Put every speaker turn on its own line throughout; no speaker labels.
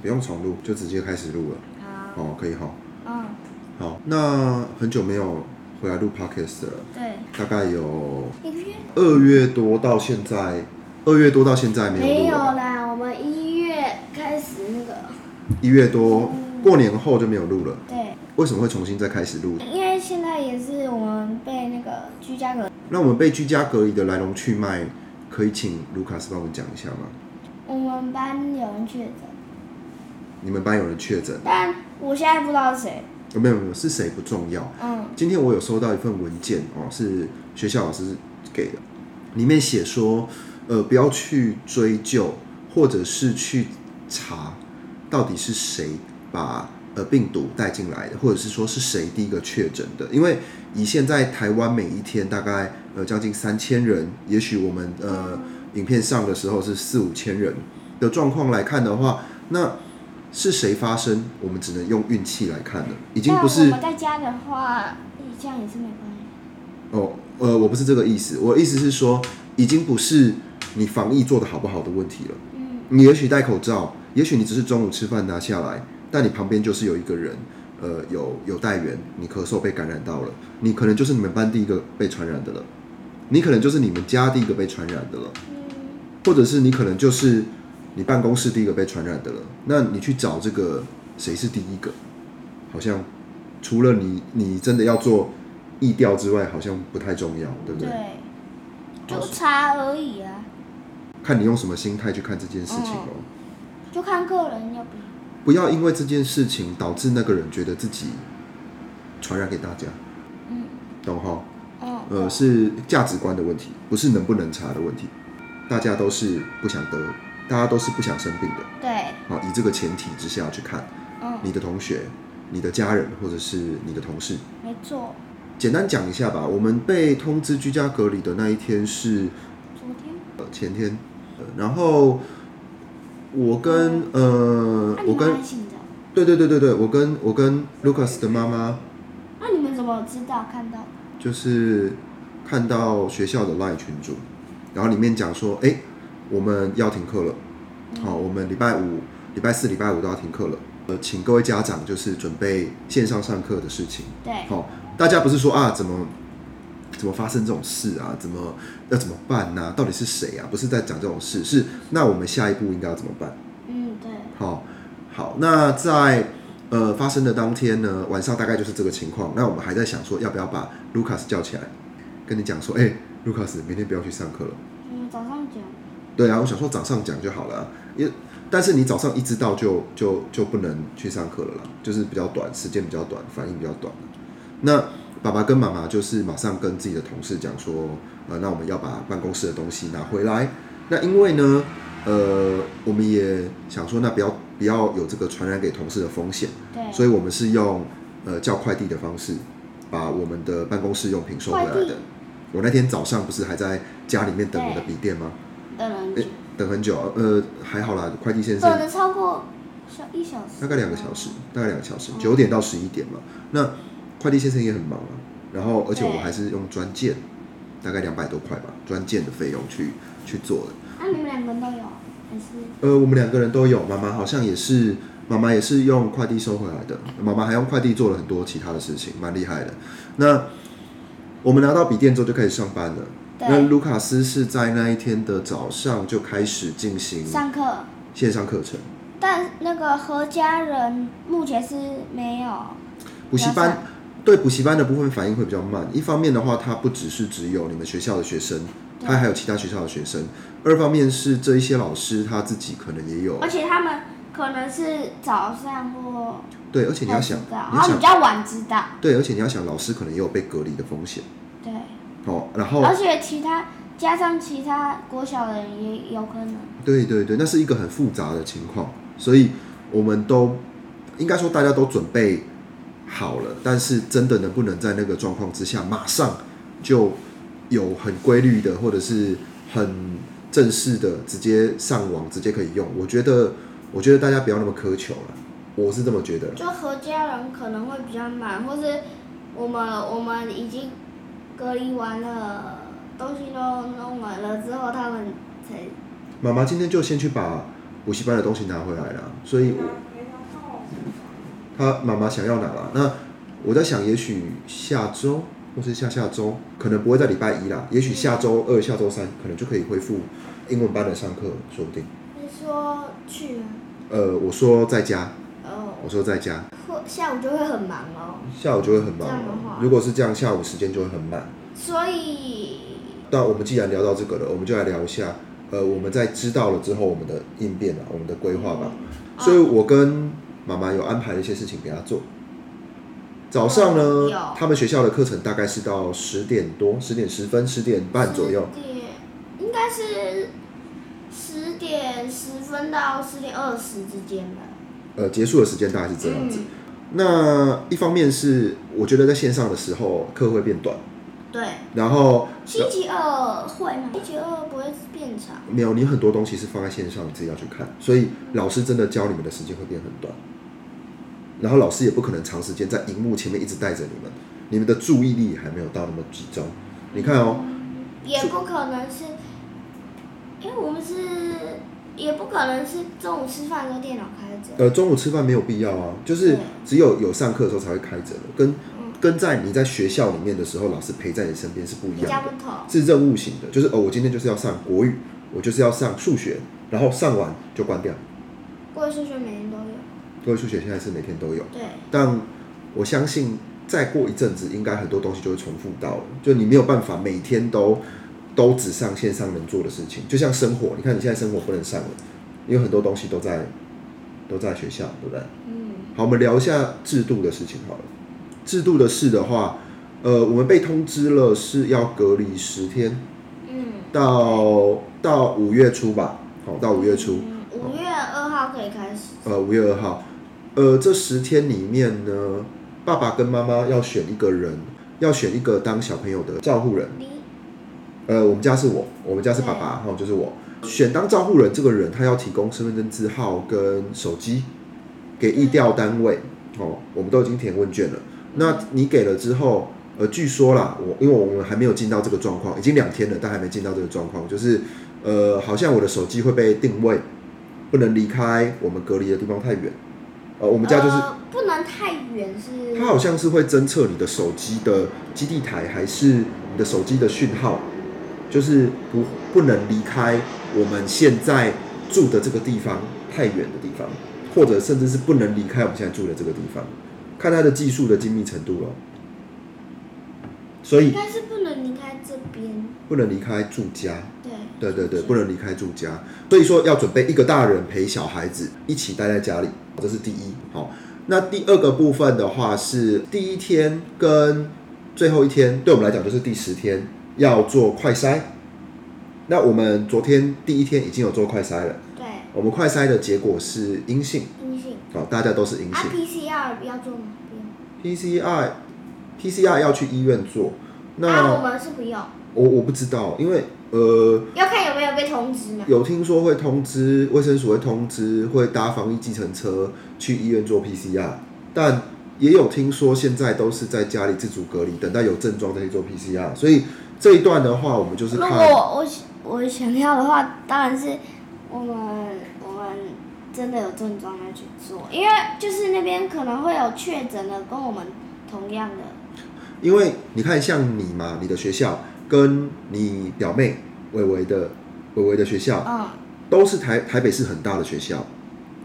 不用重录，就直接开始录了。
好，
哦，可以哈。
嗯，
好，那很久没有回来录 podcast 了，
对，
大概有
一个月
二月多到现在，二月多到现在没
没
有
有
录了吧，
啦，我们一月开始那个，
一月多过年后就没有录了。
对，
为什么会重新再开始录？
因为现在也是我们被那个居家隔，
那我们被居家隔离的来龙去脉，可以请卢卡斯帮我们讲一下吗？
我们班有人确诊，
你们班有人确诊？
但我现在不知道是谁，
哦没有没有，是谁不重要。
嗯，
今天我有收到一份文件哦，是学校老师给的，里面写说，呃，不要去追究或者是去查到底是谁把呃病毒带进来的，或者是说是谁第一个确诊的，因为以现在台湾每一天大概呃将近三千人，也许我们呃影片上的时候是四五千人的状况来看的话，那。是谁发生？我们只能用运气来看了，已经
但
不是
我们在家的话，这样也是没关系，
哦，呃，我不是这个意思，我的意思是说，已经不是你防疫做的好不好的问题了。
嗯，
你也许戴口罩，也许你只是中午吃饭拿下来，但你旁边就是有一个人，呃，有有带源，你咳嗽被感染到了，你可能就是你们班第一个被传染的了，你可能就是你们家第一个被传染的了，
嗯，
或者是你可能就是你办公室第一个被传染的了。那你去找这个谁是第一个，好像除了你你真的要做意调之外，好像不太重要，对不对？
对，就查而已啊，
看你用什么心态去看这件事情哦。
就看个人要不要，
不要因为这件事情导致那个人觉得自己传染给大家，
嗯，
懂哈？
嗯，
呃，
对
是价值观的问题，不是能不能查的问题。大家都是不想得，大家都是不想生病的。
对，
好，以这个前提之下去看
嗯，
你的同学、你的家人或者是你的同事。
没错，
简单讲一下吧，我们被通知居家隔离的那一天是
昨天，
呃前天，呃然后我跟呃
啊那、你
我
们
跟
还醒着。
对对对对对，我跟呃我跟 Lucas 的妈妈
那啊你们怎么知道看到？
就是看到学校的 LINE 群组，然后里面讲说，哎，我们要停课了，好，我们礼拜五、礼拜四、礼拜五都要停课了，呃，请各位家长就是准备线上上课的事情，
对，
好，哦大家不是说啊，怎么怎么发生这种事啊，怎么要怎么办呐、到底是谁啊？不是在讲这种事，是那我们下一步应该要怎么办？
嗯，对，
好，好，那在呃发生的当天呢，晚上大概就是这个情况。那我们还在想说，要不要把 Lucas 叫起来，跟你讲说，哎、l u c a s 明天不要去上课了。
嗯，早上九，
对啊，我想说早上讲就好了啊、因为但是你早上一知道就就就不能去上课了啦，就是比较短，时间比较短，反应比较短。啊那爸爸跟妈妈就是马上跟自己的同事讲说，呃，那我们要把办公室的东西拿回来。那因为呢，呃，我们也想说，那不要不要有这个传染给同事的风险，
对，
所以我们是用呃叫快递的方式，把我们的办公室用品收回来
快
的
递。
我那天早上不是还在家里面等我的笔电吗？
的人
诶哎
久，
等很久啊，呃，还好啦，快递先
等
生
了超过小一小时，
哎大概两个小时，，大概两个小时，九点到十一点嘛。那快递先生也很忙啊，然后而且我
对
们还是用专件，大概两百多块吧，专件的费用去去做的。
啊那、你们两个都有还是？
呃，我们两个人都有，妈妈好像也是，妈妈也是用快递收回来的，妈妈还用快递做了很多其他的事情，蛮厉害的。那我们拿到笔电之后就开始上班了。那
对，
卢卡斯是在那一天的早上就开始进行
上课，
线上课程。
但那个何家人目前是没有，
哦补习
比较
班
散
对补习班的部分反应会比较慢。一方面的话，它不只是只有你们学校的学生，
对
它还有其他学校的学生。二方面是这一些老师他自己可能也有
而且他们可能是早上或
对，而且你要想，
才知道
你
然
要
后比
想
较晚知道，
对，而且你要想，老师可能也有被隔离的风险
对，
哦。然
而
后
且其他加上其他国小的人也有可能，
对对对，那是一个很复杂的情况，所以我们都应该说大家都准备好了，但是真的能不能在那个状况之下马上就有很规律的或者是很正式的直接上网直接可以用？我觉得，我觉得大家不要那么苛求了，我是这么觉得啦。
就和家人可能会比较慢，或是我们我们已经隔离完了，东西都弄完了之后，他们才
妈妈今天就先去把补习班的东西拿回来了，所以我他妈妈想要拿了。那我在想，也许下周或是下下周，可能不会在礼拜一啦，也许下周二、下周三可能就可以恢复英文班的上课，说不定。
你说去吗？
呃，我说在家，
哦，
我说在家，
或下午就会很忙哦，
下午就会很忙
这样的话
了。如果是这样，下午时间就会很满。
所以
那我们既然聊到这个了，我们就来聊一下，呃，我们在知道了之后，我们的应变啊，我们的规划吧。
嗯
所以我跟妈妈有安排了一些事情给她做。早上呢
哦有，
他们学校的课程大概是到十点多、十点十分、十点半左右。
十点应该是十点十分到十点二十之间吧。
呃，结束的时间大概是这样子。
嗯，
那一方面是我觉得在线上的时候课会变短，
对，
然后
星期二会吗？星期二不会变长。
没有你很多东西是放在线上，你自己要去看，所以老师真的教你们的时间会变很短。然后老师也不可能长时间在荧幕前面一直带着你们，你们的注意力还没有到那么集中。你看哦，
也不可能是，因为我们是，也不可能是中午吃饭的时候电脑开着。
呃，中午吃饭没有必要啊，就是
对
只有有上课的时候才会开着的，跟
嗯，
跟在你在学校里面的时候，老师陪在你身边是不一
比较
样
不
的，
同。
是任务型的，就是哦，我今天就是要上国语，我就是要上数学，然后上完就关掉。
过数学每天都有。
各位数学现在是每天都有。
对，
但我相信再过一阵子，应该很多东西就会重复到了，就你没有办法每天都都只上线上能做的事情，就像生活，你看你现在生活不能上了，因为很多东西都在都在学校，对不对？
嗯，
好，我们聊一下制度的事情好了。制度的事的话，呃，我们被通知了是要隔离十天，
嗯。
到到五月初吧，好，到五月初。
嗯五月二号可以开始。
呃，五月二号，呃，这十天里面呢，爸爸跟妈妈要选一个人，要选一个当小朋友的照护人。
你
呃，我们家是我，我们家是爸爸，哈、就是我选当照护人这个人，他要提供身份证字号跟手机给意调单位。哦，我们都已经填问卷了，那你给了之后，呃，据说啦，我因为我们还没有进到这个状况，已经两天了，但还没进到这个状况，就是呃，好像我的手机会被定位，不能离开我们隔离的地方太远。呃，我
我
们家就是
呃、不能太远是。
它好像是会侦测你的手机的基地台，还是你的手机的讯号，就是不不能离开我们现在住的这个地方太远的地方，或者甚至是不能离开我们现在住的这个地方，看它的技术的精密程度咯。所
应
以
该是不能离开这边。
不能离开住家，
对。
对对对，不能离开住家，所以说要准备一个大人陪小孩子一起待在家里，这是第一。好，那第二个部分的话是第一天跟最后一天，对我们来讲就是第十天要做快筛。那我们昨天第一天已经有做快筛了，
对，
我们快筛的结果是阴性，
阴性。
好，大家都是阴
啊
性。
，PCR 要做吗？不用。
PCR PCR 要去医院做，
啊，我
那
们是不用，
我我不知道，因为呃。
要看有没有被通知嘛。
有听说会通知卫生署会通知会搭防疫计程车去医院做 PCR，但也有听说现在都是在家里自主隔离，等到有症状再去做 PCR。所以这一段的话，我们就是
如果
看
我我想要的话，当然是我们我们真的有症状再去做，因为就是那边可能会有确诊的跟我们同样的。
因为你看像你嘛，你的学校跟你表妹伟伟的伟伟的学校
嗯，
都是台台北市很大的学校，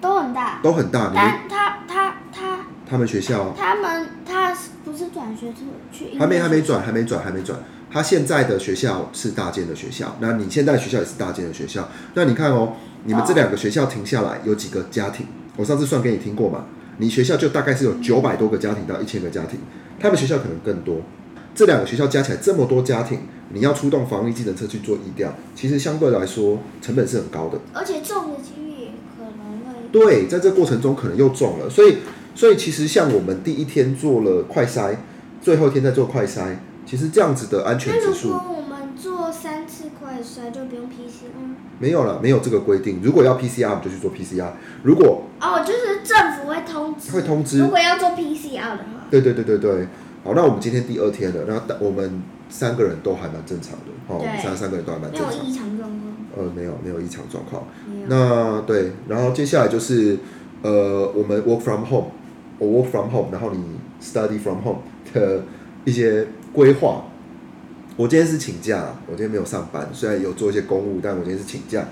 都很大。
都很大。你们
但他他他
他们学校
他们他是不是转学去去英国？
还没还没转，还没转，还没转。他现在的学校是大间的学校，那你现在的学校也是大间的学校。那你看哦，你们这两个学校停下来有几个家庭？我上次算给你听过嘛？你学校就大概是有九百多个家庭到一千个家庭，他们学校可能更多。这两个学校加起来这么多家庭，你要出动防疫技能车去做疫调，其实相对来说成本是很高的。
而且中的几率也可能会。
对，在这过程中可能又中了，所以所以其实像我们第一天做了快筛，最后一天再做快筛，其实这样子的安全
那
指
如
数
果我们做三次快筛就不用嗯 PCR？
没有了，没有这个规定。如果要 PCR，我们就去做 PCR。如果
哦，就是政府会通知，
会通知
如果要做 PCR 的话，
对对对对对，好，那我们今天第二天了，那我们三个人都还蛮正常的，哦，我们
对
三三个人都还蛮
没
正
有
常的。
异常状况。
呃，没有没有异常状况。
没有
那对，然后接下来就是呃，我们 work from home，我 work from home，然后你 study from home 的一些规划。我今天是请假啦，我今天没有上班，虽然有做一些公务，但我今天是请假。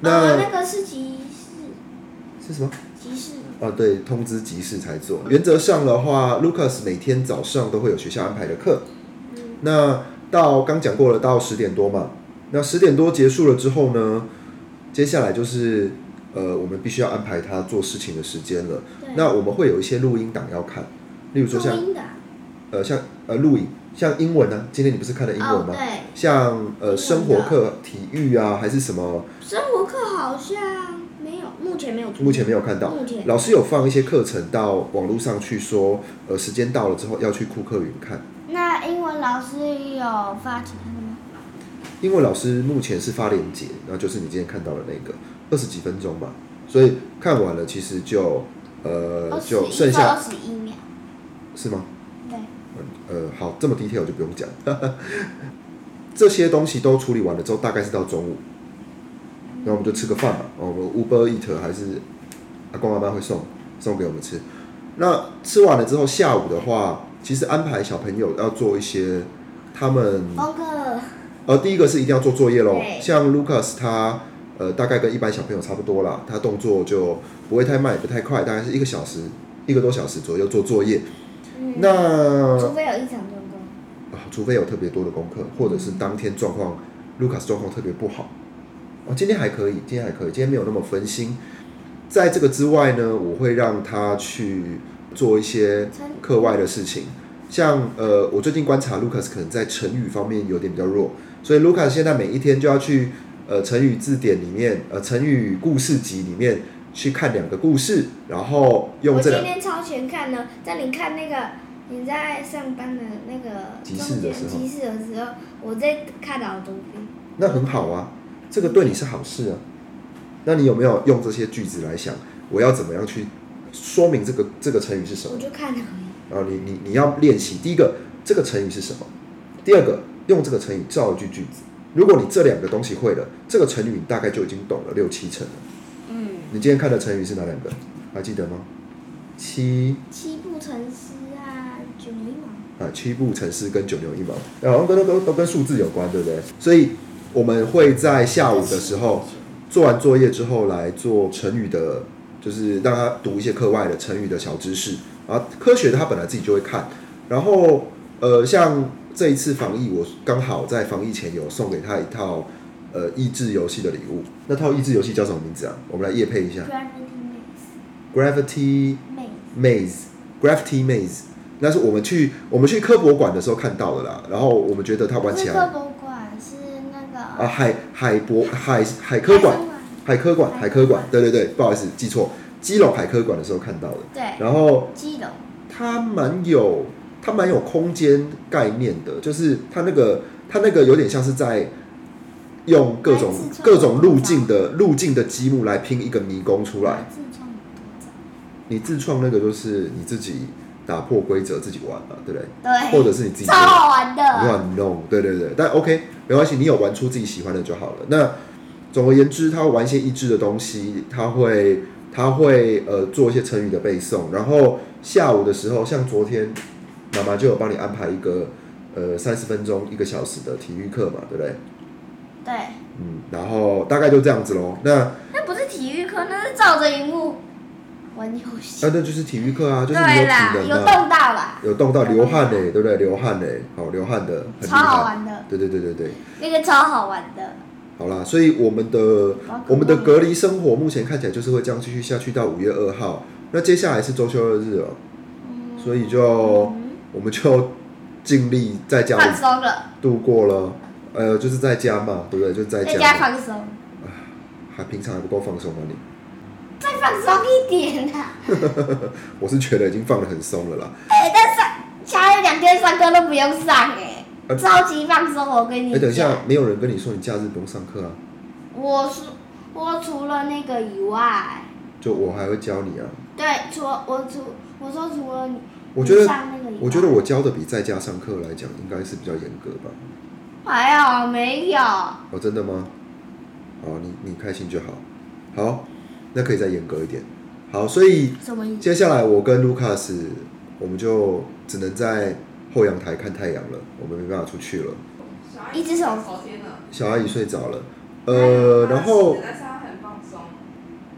那、
呃那个是集市，
是什么？
集市
啊，对，通知集市才做。原则上的话，Lucas 每天早上都会有学校安排的课。
嗯
那到刚讲过了，到十点多嘛。那十点多结束了之后呢，接下来就是呃，我们必须要安排他做事情的时间了。
对，
那我们会有一些录音档要看，例如说
嗯录
像
音的啊
呃像呃录影，像英文呢、今天你不是看了英文
哦，
吗？
对，
像
英文
呃
的
生活课、体育啊，还是什么，
生活课好像没有，目前没有出，
目前没有看到。
目前
老师有放一些课程到网络上去说，呃，时间到了之后要去库克云看。
那英文老师有发其他的吗？
英文老师目前是发链接，然后就是你今天看到的那个二十几分钟吧，所以看完了其实就呃就剩
二
下
哦十一秒，
是吗？
对，
呃，好，这么 detail 就不用讲。 这些东西都处理完了之后，大概是到中午，然后我们就吃个饭嘛。哦，我们 Uber Eat 还是阿公阿妈会送送给我们吃。那吃完了之后，下午的话，其实安排小朋友要做一些他们
功课
呃，第一个是一定要做作业喽
对。
像 Lucas 他呃，大概跟一般小朋友差不多啦，他动作就不会太慢，也不太快，大概是一个小时、一个多小时左右做作业。
嗯
那
除非有异常状况，
啊，除非有特别多的功课，或者是当天状况，Lucas 状况特别不好。哦，今天还可以，今天还可以，今天没有那么分心。在这个之外呢，我会让他去做一些
参
课外的事情，像呃，我最近观察 Lucas 可能在成语方面有点比较弱，所以 Lucas 现在每一天就要去呃成语字典里面，呃成语故事集里面去看两个故事，然后用
我
这
今
两
天超前看呢，在你看那个你在上班的那个
集市
中
的
间
时候
集市的时候，我在看导读片。
那很好啊，这个对你是好事啊。那你有没有用这些句子来想，我要怎么样去说明这个这个成语是什么
我？就看了而已。
然后你你你要练习，第一个这个成语是什么？第二个用这个成语造一句句子。如果你这两个东西会了，这个成语你大概就已经懂了六七成了。
嗯，
你今天看的成语是哪两个？还记得吗？七
七步成诗啊，九牛一毛。
啊，七步成诗跟九牛一毛，然后都都都都跟数字有关，对不对？所以我们会在下午的时候，做完作业之后来做成语的，就是让他读一些课外的成语的小知识啊。科学的他本来自己就会看，然后呃，像这一次防疫，我刚好在防疫前有送给他一套呃益智游戏的礼物。那套益智游戏叫什么名字啊？我们来夜配一下
Gravity
，Gravity
Maze
Maze Gravity Maze。那是我们去我们去科博馆的时候看到的啦，然后我们觉得它
Maze，
玩
不
起
是
来
科博馆，是那个
啊，海海博海海科馆
海参馆
海科馆，海科馆，对对对，不好意思，记错，基隆海科馆的时候看到的。
对，
然后
基隆。
它蛮有，它蛮有空间概念的，就是它那个，它那个有点像是在用各种
来自创
各种路径的路径的积木来拼一个迷宫出来。
自创多
你自创那个就是你自己打破规则自己玩嘛，对不对？
少？
或
对，
者是你自己
超好玩的。
乱弄，对对对，但 OK 没关系，你有玩出自己喜欢的就好了。那总而言之，他会玩一些益智的东西，他会他会呃做一些成语的背诵，然后下午的时候，像昨天妈妈就有帮你安排一个呃三十分钟一个小时的体育课嘛，对不对？
对，
嗯，然后大概就这样子喽。那啊，
那不是体育课，那是照着荧幕玩游戏。
那就是体育课啊，就是你
对啦，
有体
有
能
动
啊，
到啦，
有动到流汗嘞，对不对？流汗嘞，好流汗的，很厉
超好
害。
玩的，
对对对对对，
那个超好玩的。
好啦，所以我们的我们的隔离生活目前看起来就是会这样继续下去到五月二号。那接下来是周休二日哦，
嗯，
所以就我们就尽力在家
放
里
松了，
度过了。呃，就是在家嘛，对不对？就在
在
家
家
嘛，
放松，
还平常还不够放松吗你？
再放松一点啊啦。
我是觉得已经放得很松了啦。
哎，但上下有两天上课都不用上哎
呃，
超级放松，我跟
哎、
你
等一
讲
下。，没有人跟你说你假日不用上课啊？
我是我除了那个以外，
就我还会教你啊。
对，除了我除我说除了你，
我觉得
你上那个以外
我觉得我教的比在家上课来讲，应该是比较严格吧？
还好没有，
哦，真的吗？哦，你你开心就好。好，那可以再严格一点。好，所以
什么意思？
接下来我跟卢卡斯，我们就只能在后阳台看太阳了，我们没办法出去了。
一只手
昨天呢？
小阿姨睡着了，
哎
呃，然后
但是它很放松。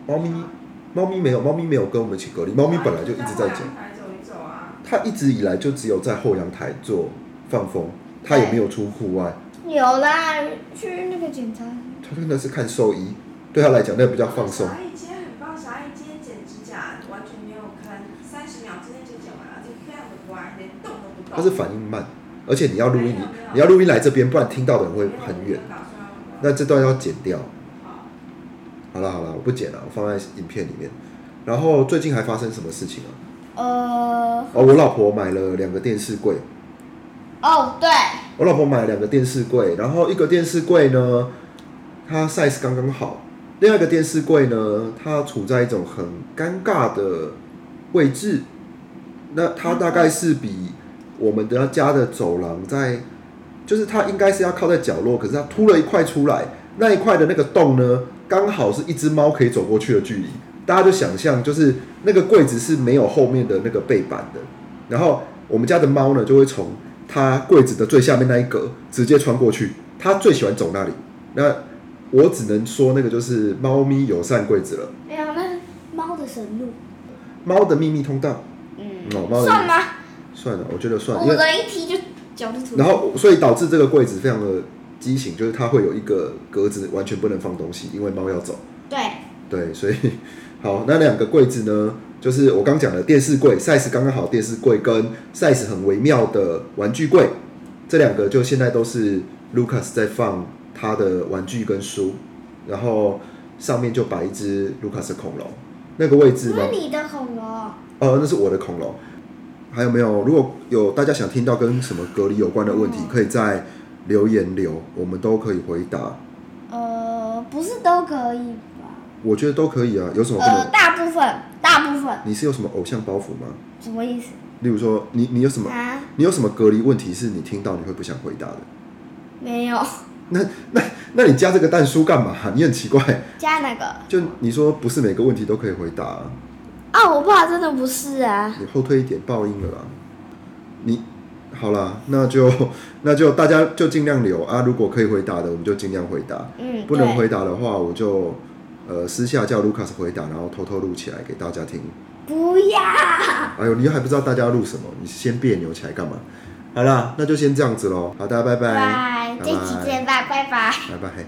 猫咪，猫咪没有，猫咪没有跟我们一起隔离，猫咪本来就一直在
讲
讲，。
走一走啊，
它一直以来就只有在后阳台做放风，它也没有出户外，
有啦，去那个检查。
它真的是看兽医，对它来讲那比较放松
小。阿姨今天很棒，小阿姨今天剪指甲完全没有坑，三十秒之内就剪完，而且非常的乖，连动都不动。
它是反应慢，而且你要录音，你你要录音来这边，不然听到的人会很远。。那这段要剪掉。好了好了，我不剪了，我放在影片里面。然后最近还发生什么事情啊？
呃，
哦，我老婆买了两个电视柜，
哦，对，
我老婆买了两个电视柜，然后一个电视柜呢，它 size 刚刚好，另外一个电视柜呢，它处在一种很尴尬的位置。那它大概是比我们的家的走廊在，就是它应该是要靠在角落，可是它凸了一块出来，那一块的那个洞呢，刚好是一只猫可以走过去的距离。大家就想象，就是那个柜子是没有后面的那个背板的，然后我们家的猫呢，就会从它柜子的最下面那一格直接穿过去，它最喜欢走那里。那我只能说，那个就是猫咪友善柜子了，
没有那猫的神路，
猫的秘密通道。
嗯，
哦，猫的
算吗？
算了，我觉得算，因
我
为
的一踢就脚就出。
然后所以导致这个柜子非常的畸形，就是它会有一个格子完全不能放东西，因为猫要走。
对，
对，所以好，那两个柜子呢，就是我刚讲的电视柜 size 刚刚好，电视柜跟 size 很微妙的玩具柜，这两个就现在都是 Lucas 在放他的玩具跟书，然后上面就摆一只 Lucas 的恐龙，那个位置呢
那，你的恐龙，
哦，那是我的恐龙。还有没有？如果有大家想听到跟什么隔离有关的问
哦
题，可以在留言留，我们都可以回答。
呃，不是都可以吧？
我觉得都可以啊，有什么不能？
呃，大部分，大部分，
你是有什么偶像包袱吗？
什么意思
例如说，你你有什么
啊？
你有什么隔离问题是你听到你会不想回答的？
没有，
那那那你加这个蛋叔干嘛？ 你很奇怪，
加那个。
就你说不是每个问题都可以回答啊、
啊，我爸真的不是啊。
你后退一点，报应了啦。你好啦，那就那就大家就尽量留啊，如果可以回答的，我们就尽量回答；
嗯，
不能
对，
回答的话，我就呃私下叫卢卡斯回答，然后偷偷录起来给大家听。
不要。
哎呦，你又还不知道大家要录什么，你先别扭起来干嘛？好啦，那就先这样子喽。好，大家拜拜，
拜，这期见吧，拜拜。
拜拜。